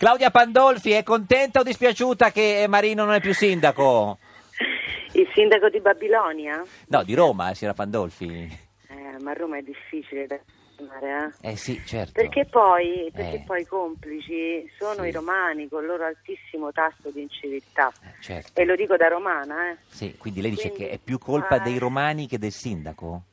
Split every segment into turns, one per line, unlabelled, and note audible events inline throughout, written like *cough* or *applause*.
Claudia Pandolfi, è contenta o dispiaciuta che eh, Marino non è più sindaco?
Il sindaco di Babilonia?
No, di Roma, eh, signora Pandolfi.
Eh, ma Roma è difficile da immaginare, eh?
Eh sì, certo.
Perché poi, perché
Eh.
poi i complici sono
Sì.
i romani con il loro altissimo tasso di inciviltà.
Eh, certo.
E lo dico da romana, eh.
Sì, quindi lei dice
Quindi-
che è più colpa
Ah.
dei romani che del sindaco?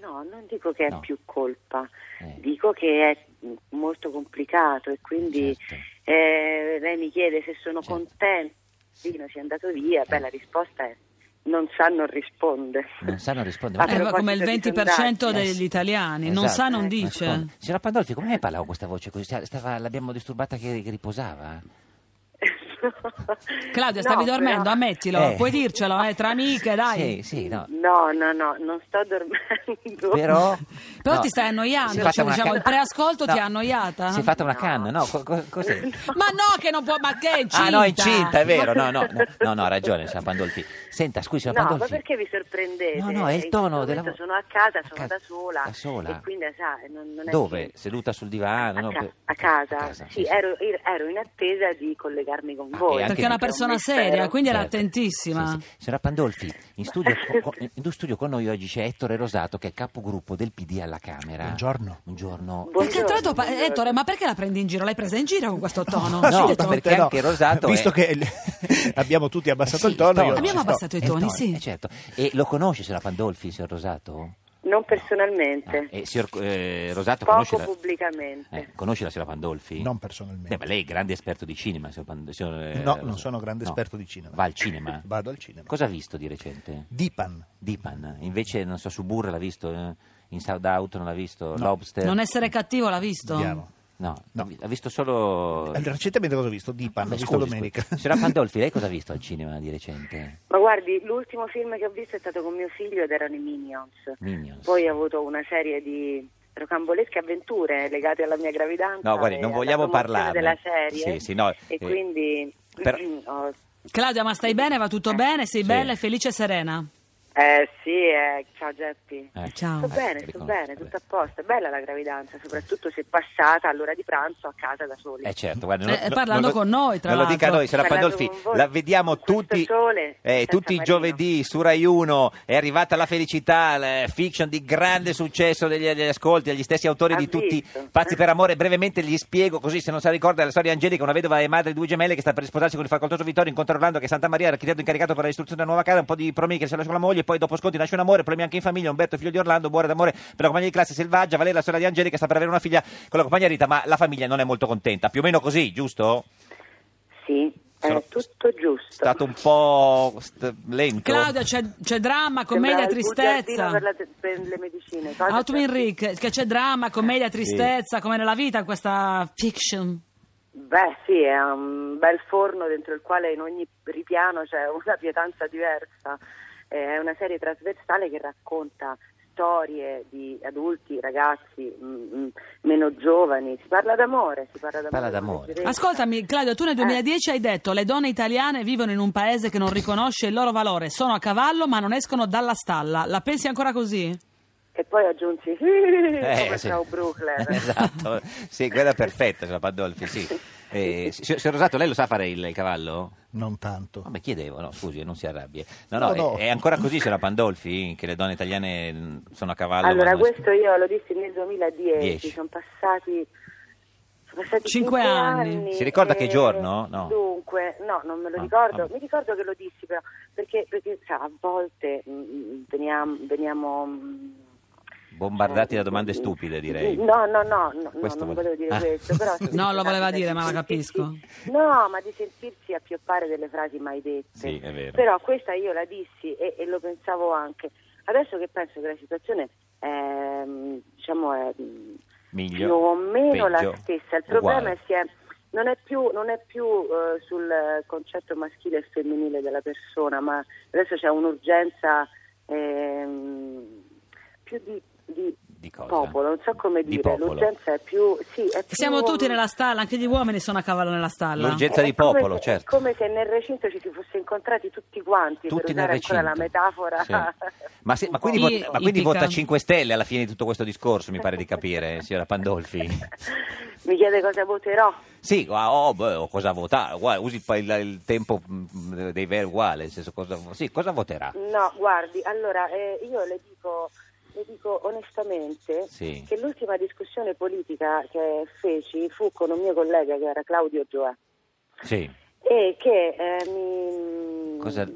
No, non dico che è
No.
più colpa,
Eh,
dico che è molto complicato e quindi
certo.
eh, lei mi chiede se sono
Certo. Eh.
contenta che Dino sia andato via, beh la risposta è non sa non risponde. *laughs*
Non sanno rispondere.
A
Ma-
Eh, proposito
come il
di
20%
sondaggi,
eh,
degli
sì.
italiani, non
Esatto,
sa, non
eh,
dice.
Risponde. Signora Pandolfi, come mai parlava con questa voce così? Sta- stava- l'abbiamo disturbata che, che riposava?
Claudia,
No,
stavi dormendo,
però-
ammettilo,
Eh.
puoi dircelo, eh, tra amiche,
Sì,
dai.
sì,
*laughs*
no.
No, no, no, non sto dormendo.
Però,
Però
no.
ti stai annoiando,
Si è fatta
cioè,
una
diciamo, il preascolto ti ha annoiata?
Si è fatta una
No.
canna, no? Co- co- cos'è?
Ma no, che non può, ma che è incinta?
Ah no, è incinta, è vero, no, no, no, no, no, ha ragione, signora Pandolfi. Senta, scusi, signora
No, ma
Pandolfi.
perché vi sorprendete?
No, no, è il
In questo
tono della
momento
voce.
Sono a casa, sono
casa-
da sola.
da sola.
E quindi, sa, non, non è
Dove?
niente.
Seduta sul divano?
a,
no?
ca-
Per-
a casa, sì,
sì.
Ero, ero in attesa di collegarmi con
Ah,
voi.
e anche
Perché è una
Anche
persona
Un mistero.
seria, quindi era
Certo.
attentissima.
Sì, sì. Signora Pandolfi, in
*laughs*
studio, co- co- in studio con noi oggi c'è Ettore Rosato che è capogruppo del PD alla Camera.
Buongiorno.
Buongiorno.
Buongiorno,
Perché tra l'altro, pa- eh,
buongiorno.
Ettore, ma perché la prendi in giro? L'hai presa in giro con questo tono?
No,
Sì,
perché
assolutamente
anche Rosato
Visto
è- *laughs*
che l- abbiamo tutti
Eh
abbassato
Sì,
il tono, io
Abbiamo
ci sto.
abbassato i
Eh,
toni, sì.
eh, certo. E lo conosce, signora Pandolfi, signor Rosato?
Non personalmente,
Ah, e signor eh, Rosato conosce
poco
la,
pubblicamente.
eh, conosce la signora Pandolfi?
Non
Beh,
personalmente.
Eh, ma lei è grande esperto di cinema, signor Pand- signor, eh,
no,
Rosato.
non sono grande
No.
esperto di cinema.
Va al cinema?
*laughs* Vado al cinema.
Cosa ha visto di recente?
Dipan.
Dipan, invece non so, Suburra l'ha visto, eh? in Sound Out non l'ha visto, Lobster?
Non essere cattivo, l'ha visto?
Andiamo.
No,
No.
vi- ha visto solo...
Allora, Recentemente cosa ho visto? Dipan, l'ho
Beh,
visto
scusi,
domenica. *laughs*
scusi. Signora Pandolfi, lei cosa ha visto al cinema di recente?
Ma guardi, l'ultimo film che ho visto è stato con mio figlio ed erano i Minions.
Minions.
Poi ho avuto una serie di rocambolesche avventure legate alla mia gravidanza.
No, guardi,
e
non
alla
vogliamo
promozione
parlarne.
della serie.
Sì, sì, no, eh,
e quindi
però-
*clears throat* ho-
Claudia, ma stai bene? Va tutto bene? Sei
Sì.
bella, felice e serena?
eh, sì, eh, ciao Geppi.
Eh,
Ciao.
Sto
No,
bene,
eh,
sto
riconosco,
bene,
vabbè.
tutto a posto. È bella la gravidanza, soprattutto se passata all'ora di pranzo a casa da soli.
Eh certo, guarda, non-
Eh,
non-
parlando
non lo-
con noi, tra
Non lo dica
l'altro.
noi, signora
Parlando
Pandolfi,
con voi.
la vediamo
Questo
tutti,
sole,
eh,
senza
tutti i
Marino.
giovedì su Rai 1, è arrivata la felicità, la fiction di grande successo degli, degli ascolti, degli stessi autori
Ha
di tutti,
visto?
Pazzi per amore, brevemente gli spiego così, se non si ricorda la storia di Angelica, una vedova e madre di due gemelle che sta per sposarsi con il facoltoso Vittorio, incontra Orlando che è Santa Maria, l'architetto incaricato per la distruzione della nuova casa, un po' di promi che si lascia con la moglie, poi dopo sconti nasce un amore, problemi anche in famiglia, Umberto figlio di Orlando, muore d'amore per la compagnia di classe selvaggia, Valeria la sorella di Angelica sta per avere una figlia con la compagnia Rita, ma la famiglia non è molto contenta, più o meno così, giusto?
Sì,
Sono
è tutto giusto.
stato un po' st- lento.
Claudia, c'è, c'è
Sembrava
dramma, commedia,
il bugiardino
tristezza.
Per, la- per le medicine. Cosa certo
Autumn
c'è?
Enrique, che c'è dramma, commedia, tristezza, come nella vita questa fiction.
Beh, sì, è un bel forno dentro il quale in ogni ripiano c'è una pietanza diversa. Eh, È una serie trasversale che racconta storie di adulti, ragazzi, mm, mm, meno giovani. Si parla d'amore, si parla d'amore.
Parla
con
d'amore.
leggerezza.
Ascoltami, Claudia, tu nel
Eh.
2010 hai detto le donne italiane vivono in un paese che non riconosce il loro valore, sono a cavallo ma non escono dalla stalla. La pensi ancora così?
E poi aggiunsi, eh,
Eh,
*laughs* come
sì.
ciao Brooklyn.
*laughs* esatto, sì, quella è perfetta, signora Pandolfi, sì.
*laughs*
Eh, si- signor Rosato, lei lo sa fare il, il cavallo?
Non tanto.
Vabbè, chiedevo, no, scusi, non si arrabbia. No, no,
No,
è,
no.
è ancora così, signora Pandolfi, che le donne italiane mh, sono a cavallo?
Allora,
ma non-
questo io lo dissi nel 2010,
Dieci.
sono passati... sono passati cinque
Cinque anni.
anni.
Si ricorda che
e-
giorno? No.
Dunque, no, non me lo
Ah,
ricordo.
vabbè.
Mi ricordo che lo dissi però, perché, perché, sa, a volte mm, veniamo... veniamo, mm,
Bombardati da
eh,
domande
mm,
stupide, direi.
No, no, no, no, no,
Questo
non
vuole-
volevo dire
Ah. *laughs*
questo. Però
No, lo voleva dire, ma la
la
capisco.
No, ma di sentirsi appioppare delle frasi mai dette.
Sì, è vero.
Però questa io la dissi e, e lo pensavo anche. Adesso che penso che la situazione è, mm, diciamo, è mm,
Miglio,
più o meno la
peggio,
stessa, il problema
uguale.
è che non è più, non è più eh, sul concetto maschile e femminile della persona, ma adesso c'è un'urgenza ehm, più di, di
Di cosa?
popolo, non so come
Di
dire,
popolo.
l'urgenza è più... Sì, è più
Siamo tutti nella stalla, anche gli uomini sono a cavallo nella stalla.
L'urgenza- Urgenza
è
di
come
popolo,
se-
certo.
È come se nel recinto ci si fosse incontrati tutti quanti,
Tutti
per
nel
usare ancora
recinto.
la metafora.
Sì. Ma, se- ma
*laughs*
quindi,
po'.
vota, ma
I-
quindi
ipica.
vota 5 Stelle alla fine di tutto questo discorso, mi pare di capire, signora Pandolfi.
*laughs* Mi chiede cosa voterò.
Sì, ah, oh, beh, o cosa votare, uguale, usi il, pa- il- il tempo mh, dei verbi uguale, nel senso cosa, vo- sì, cosa voterà?
No, guardi, allora eh, io le dico, le dico onestamente
Sì.
che l'ultima discussione politica che feci fu con un mio collega che era Claudio Gioè
Sì,
e che eh, mi...
Cosa-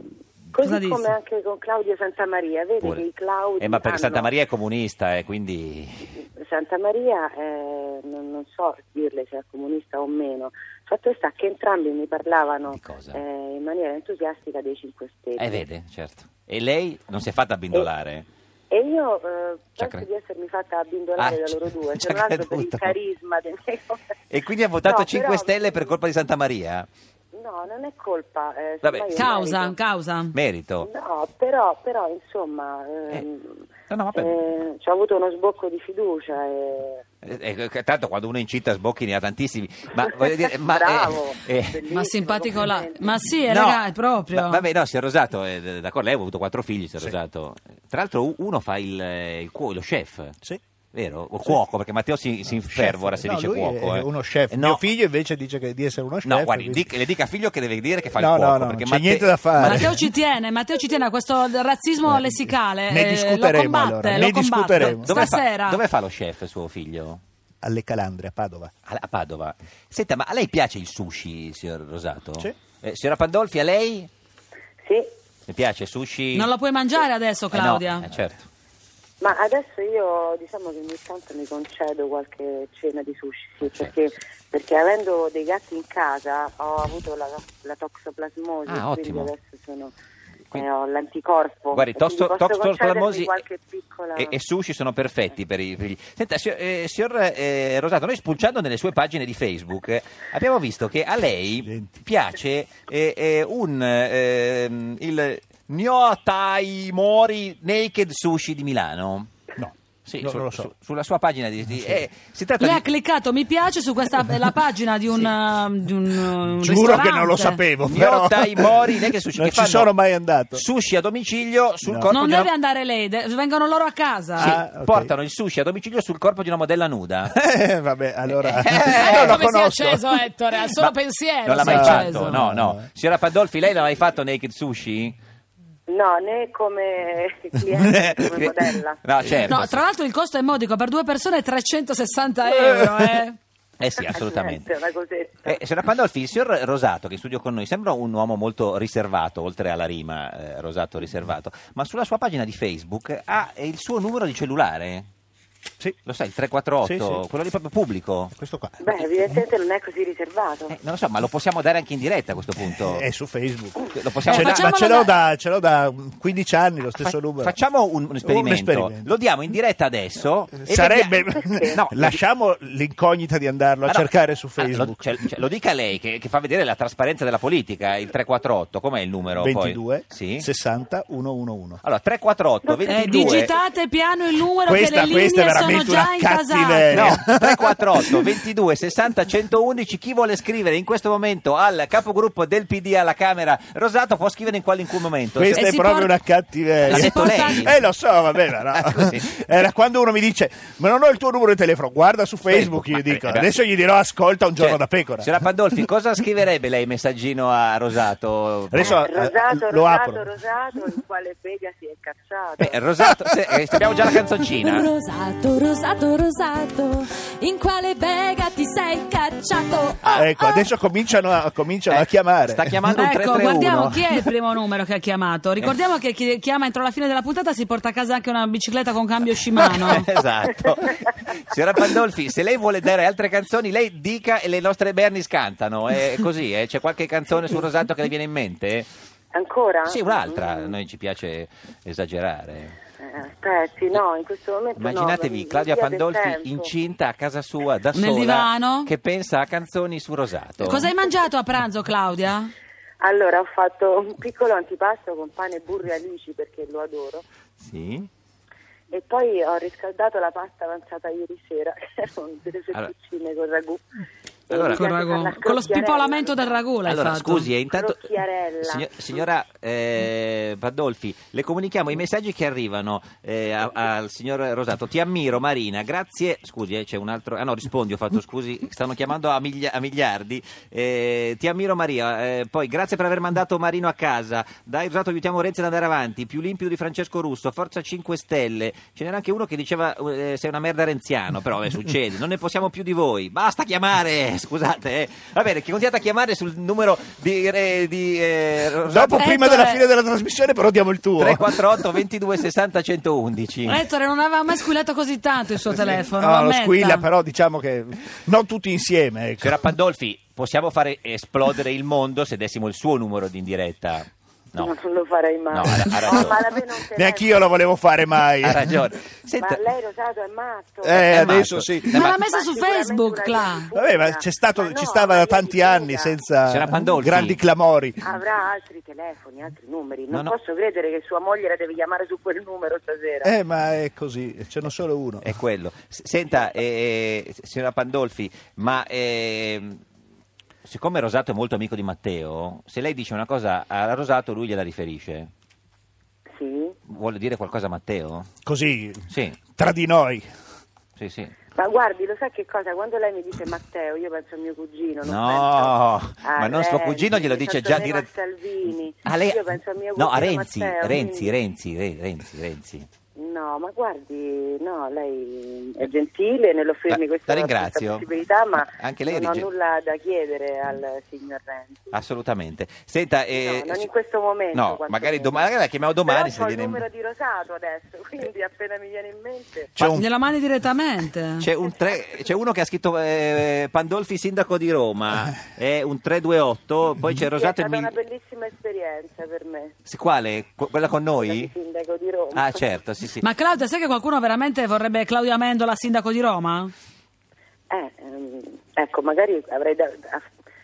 Così
Cosa disse?
come anche con Claudio Santamaria, vedi
pure.
che Mm, i Claudi
Eh, ma perché
hanno-
Santa Maria è comunista, eh, quindi...
Santa Maria, eh, non, non so dirle se è comunista o meno, fatto sta che entrambi mi parlavano
Di cosa?
eh, in maniera entusiastica dei 5 Stelle.
Eh, vede, certo. E lei non si è fatta abbindolare?
E io eh,
Ci ha
penso
cre-
di essermi fatta abbindolare
Ah,
da
ci-
loro due,
*laughs* ci
se
ha
non altro per il
creduto.
carisma dei miei compagni.
*laughs* E quindi ha votato
No,
5
però- mm,
Stelle per colpa di Santa Maria?
No, non è colpa. eh,
Vabbè. Oh.
semmai è
Causa,
merito.
causa.
Merito.
No, però, però insomma, ehm,
no, no, vabbè.
eh, ci ho avuto uno sbocco di fiducia. E...
Eh, eh, che tanto quando uno è incinta sbocchi ne ha tantissimi. Ma, voglio dire,
*laughs*
ma, eh,
Bravo,
eh,
bellissimo,
Ma simpatico là.
complimenti.
Ma sì, eh,
no,
raga, è proprio.
ma- vabbè, no, si è rosato, eh, d'accordo, lei ha avuto quattro figli, si è
Sì.
rosato. Tra l'altro u- uno fa il, eh, il cuo- lo chef.
Sì.
Vero? O cuoco, perché Matteo si, si infervora se
No,
dice
lui
cuoco.
È
eh.
uno chef.
Eh, No,
Mio figlio invece dice che di essere uno chef.
no guardi,
quindi-
dica- le dica a figlio che deve dire che fa
No,
il
no,
cuoco.
no,
perché
c'è
Matte-
niente da fare.
Matteo ci tiene, Matteo ci tiene a questo razzismo lessicale.
Ne
eh,
discuteremo,
lo combatte,
allora,
lo
ne
combatte.
discuteremo.
Dove
Stasera.
Fa, dove fa lo chef suo figlio?
Alle Calandre, a Padova.
A, a Padova. Senta, ma a lei piace il sushi, signor Rosato?
Sì.
Eh, signora Pandolfi, a lei?
Sì,
Le piace il sushi?
Non lo puoi mangiare adesso,
Eh no,
Claudia.
eh, certo.
ma adesso io diciamo che ogni tanto mi concedo qualche cena di sushi, sì,
Certo.
perché, perché avendo dei gatti in casa ho avuto la, la toxoplasmosi,
Ah,
quindi
ottimo.
adesso sono...
Quindi-
eh, ho l'anticorpo.
Guardi,
e quindi
tosto,
posso
tox-
concedermi
toxoplasmosi
qualche piccola...
e, e sushi sono perfetti per i figli. Senta, signor, eh, signor, eh, Rosato, noi spunciando nelle sue pagine di Facebook eh, abbiamo visto che a lei
Accidenti.
piace eh, eh, un, ehm, il Nyotai Mori Naked Sushi di Milano.
No,
Sì,
no,
su-
non lo so.
su- sulla sua pagina di... di- eh, si tratta
Lei
di-
ha cliccato mi piace su questa eh, la pagina di un, eh, di un, eh,
Giuro che
ristorante.
non lo sapevo. Però...
Gnota Mm, i mori, non è
*laughs*
che sushi,
Non
che
ci
fanno
sono mai andato.
Sushi a domicilio sul
No.
corpo
Non
di
deve
una...
andare lei, de- vengono loro a casa.
Sì,
Ah, ok.
portano il sushi a domicilio sul corpo di una modella nuda.
Eh, vabbè, allora. *laughs*
Eh,
non lo
come si è
conosco.
acceso
eh?
Ettore, al solo
Ma
Eh,
pensiero.
Non l'ha
si è
mai
acceso.
fatto, no, no. Signora Pandolfi, lei l'ha mai fatto naked sushi?
No, né
*laughs*
come cliente, né eh, come modella.
No, certo.
No, tra l'altro il costo è modico, per due persone è 360 euro. Eh.
Eh sì, assolutamente.
Eh, certo, è una cosetta.
Eh, signora Pandolfi, il signor Rosato, che è in studio con noi, sembra un uomo molto riservato, oltre alla rima, eh, Rosato riservato, ma sulla sua pagina di Facebook ha eh, il suo numero di cellulare,
*laughs* Sì,
lo sai, il 348,
Sì, sì.
quello lì proprio pubblico.
questo qua.
Beh, evidentemente non è così riservato.
Eh, non lo so, ma lo possiamo dare anche in diretta a questo punto.
È su Facebook.
Lo possiamo
Ce l'ha-
dare-
ma ce
facciamolo
l'ho, da, ce l'ho da 15 anni lo stesso
Fa-
numero.
Facciamo un, un esperimento.
esperimento. Eh,
Lo diamo in diretta adesso. e
Sarebbe. *laughs*
vediamo- *laughs* No,
Lasciamo l'incognita di andarlo a
Ah, no.
cercare su
Ah, Lo,
Facebook.
cioè- cioè, lo dica lei che, che fa vedere la trasparenza della politica, il 348, com'è il numero? poi?
22
Sì.
60 111.
Allora, 348,
Eh,
22...
digitate piano il numero
Questa-
che le
questa è
linee sono
veramente
già
una
incasate.
cattiveria.
No, 348 22 60 111 chi vuole scrivere in questo momento al capogruppo del PD alla Camera Rosato può scrivere in qualunque momento
Questa
E
è
si
proprio
porta-
una cattiveria.
L'ha
Si
detto
porta-
lei.
Eh lo so, vabbè, ma
Ah,
no.
così.
*laughs* Era quando uno mi dice "Ma non ho il tuo numero di telefono, guarda su Facebook",
Ma-
io dico
eh, beh.
"Adesso gli dirò ascolta un giorno
Cioè,
da pecora".
Signora Pandolfi, cosa scriverebbe lei messaggino a Rosato?
Adesso eh,
Rosato,
lo
rosato,
apro.
rosato, il quale Vega si è cazzato.
Beh, Rosato, se- eh, abbiamo già la canzoncina.
Rosato, rosato, rosato, in quale bega ti sei cacciato? Oh,
Ecco,
oh.
adesso cominciano a, cominciano a
Ah, Eh,
chiamare.
Sta chiamando un
Ecco,
331.
guardiamo chi è il primo numero che ha chiamato. Ricordiamo che chi chiama entro la fine della puntata si porta a casa anche una bicicletta con cambio Shimano.
*laughs* esatto. Signora Pandolfi, se lei vuole dare altre canzoni, lei dica e le nostre Bernis cantano. È così, eh? c'è qualche canzone su Rosato che le viene in mente?
Ancora?
Sì, un'altra. A
Mm.
noi ci piace esagerare.
Eh, Aspetti, no, in questo momento no,
Immaginatevi
ma-
Claudia
via del tempo.
Pandolfi incinta a casa sua da
Nel
sola
divano?
che pensa a canzoni su Rosato.
Cosa hai mangiato a pranzo, Claudia?
Allora, ho fatto un piccolo antipasto con pane e burri alici perché lo adoro.
Sì.
E poi ho riscaldato la pasta avanzata ieri sera, *laughs* che erano delle
Allora.
fettuccine con ragù. E
Allora-
mi
Con,
piace
ragù.
farla
Con lo
scrocchiarella.
spippolamento del ragù l'hai
Allora,
fatto.
scusi, eh, intanto
Crocchiarella.
Signo- signora eh, Pandolfi, le comunichiamo i messaggi che arrivano eh, a- al signor Rosato. Ti ammiro, Marina. Grazie. Scusi, eh, c'è un altro. Ah no, rispondi, ho fatto scusi. Stanno chiamando a, miglia- a miliardi. Eh, ti ammiro, Maria. Eh, poi, grazie per aver mandato Marino a casa. Dai, Rosato, aiutiamo Renzi ad andare avanti. Più limpido di Francesco Russo. Forza 5 Stelle. Ce n'era anche uno che diceva eh, sei una merda renziano. Però, eh, succede. Non ne possiamo più di voi. Basta chiamare. *laughs* Scusate. eh. Va bene, che continuate a chiamare sul numero di, eh, di eh, Rosato.
Dopo, prima
Ettore.
della fine della trasmissione, però diamo il tuo.
348 22 60 111
Eh.
Ettore non aveva mai squillato così tanto il suo telefono.
No, lo
ammetta.
squilla, però diciamo che non tutti insieme. ecco.
Signora Pandolfi possiamo fare esplodere il mondo se dessimo il suo numero di in diretta no
Non lo farei mai.
No, ha- ha ragione.
Oh, ma la vedo un telefono.
Neanche io lo volevo fare mai.
ha ragione Senta,
Ma lei Rosato è matto.
Eh,
è
adesso
matto.
sì.
Eh,
Ma
ma-
l'ha messa
Ma
su
sicuramente
Facebook,
una
là.
rifugia.
Vabbè, ma c'è stato,
Ma no,
ci stava
ma
da
io
tanti
ti
anni
prego.
senza
Signora Pandolfi.
grandi clamori.
Avrà altri telefoni, altri numeri. Non
No, no.
posso credere che sua moglie la devi chiamare su quel numero stasera.
Eh, ma è così, ce n'è solo uno.
è quello S- senta eh, eh, signora Pandolfi ma ehm, siccome Rosato è molto amico di Matteo se lei dice una cosa a Rosato lui gliela riferisce
Sì.
vuole dire qualcosa a Matteo?
Così,
sì
tra di noi.
sì sì
Ma guardi, lo sai che cosa? Quando lei mi dice Matteo, io penso a mio cugino. Non
No,
penso a
ma non suo
Renzi,
cugino glielo dice già
penso a
dire...
Salvini.
Ah, lei-
Io penso a mio cugino.
No, a Renzi,
Matteo,
Renzi,
quindi-
Renzi, Re- Renzi, Renzi.
No, ma guardi, no, lei è gentile
La-
nell'offrirmi questa,
la ringrazio. Eh,
questa possibilità, ma
Anche lei è
non ho
gen-
nulla da chiedere al signor Renzi.
Assolutamente. Senta, eh,
no, non in questo momento.
No,
quantomeno.
magari domani, la chiamiamo domani
Però
se
ho il
viene in-
numero di Rosato adesso, *laughs* quindi appena mi viene in mente...
C'è un
Gliela mandi direttamente.
C'è, un
*laughs*
tre- c'è uno che ha scritto eh, Pandolfi sindaco di Roma, è un 328, poi c'è
Sì, È
Rosato
stata
il
una
mil...
bellissima esperienza per me,
Sì, Quale? Que- Quella con
quella
noi?
di sindaco di Roma.
Ah, certo, sì, sì.
Ma Claudia, sai che qualcuno veramente vorrebbe Claudia Mendola sindaco di Roma?
Eh, ehm, ecco, magari avrei da, da-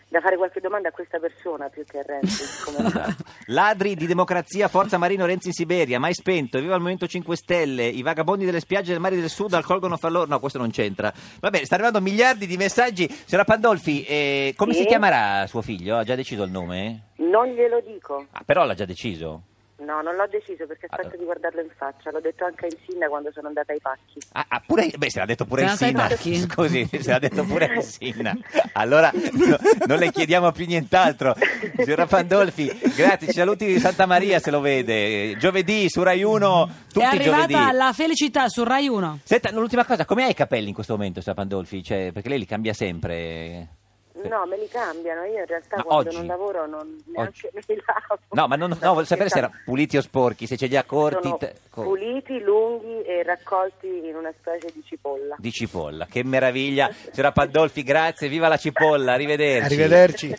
da fare qualche domanda a questa persona più che a
*laughs*
Renzi. come sa.
Esatto. Ladri di democrazia, Forza Marino Renzi in Siberia, mai spento, viva il Movimento 5 Stelle, i vagabondi delle spiagge del mare del sud accolgono fa loro. No, questo non c'entra. Va bene, sta arrivando miliardi di messaggi. Signora Pandolfi, eh, come
Sì?
si chiamerà suo figlio? Ha già deciso il nome?
Non glielo dico,
Ah, però l'ha già deciso.
no, non l'ho deciso perché aspetto
Allora.
di guardarlo in faccia. L'ho detto anche in Sinna quando sono andata ai pacchi.
Ah, ah, pure, beh, se l'ha detto pure
Se
il
la sai
Sina.
pacchi?
*laughs* Scusi, se l'ha detto pure il Sina. Allora no, non le chiediamo più nient'altro. Signora Pandolfi, grazie, ci saluti di Santa Maria se lo vede. Giovedì su Rai 1, tutti
è
i giovedì.
arrivata la felicità su Rai 1.
Senta, l'ultima cosa, come hai i capelli in questo momento, Sara Pandolfi? Cioè, perché lei li cambia sempre.
No, me li cambiano, io in realtà
Ma
quando
oggi?
non lavoro non neanche
Oggi?
*laughs* me li lavo.
No, ma non, no, voglio sapere se erano puliti o sporchi, se ce li ha corti
Sono
te- co-
puliti, lunghi e raccolti in una specie di cipolla.
di cipolla. Che meraviglia. Sera Pandolfi, grazie, viva la cipolla, arrivederci.
Arrivederci.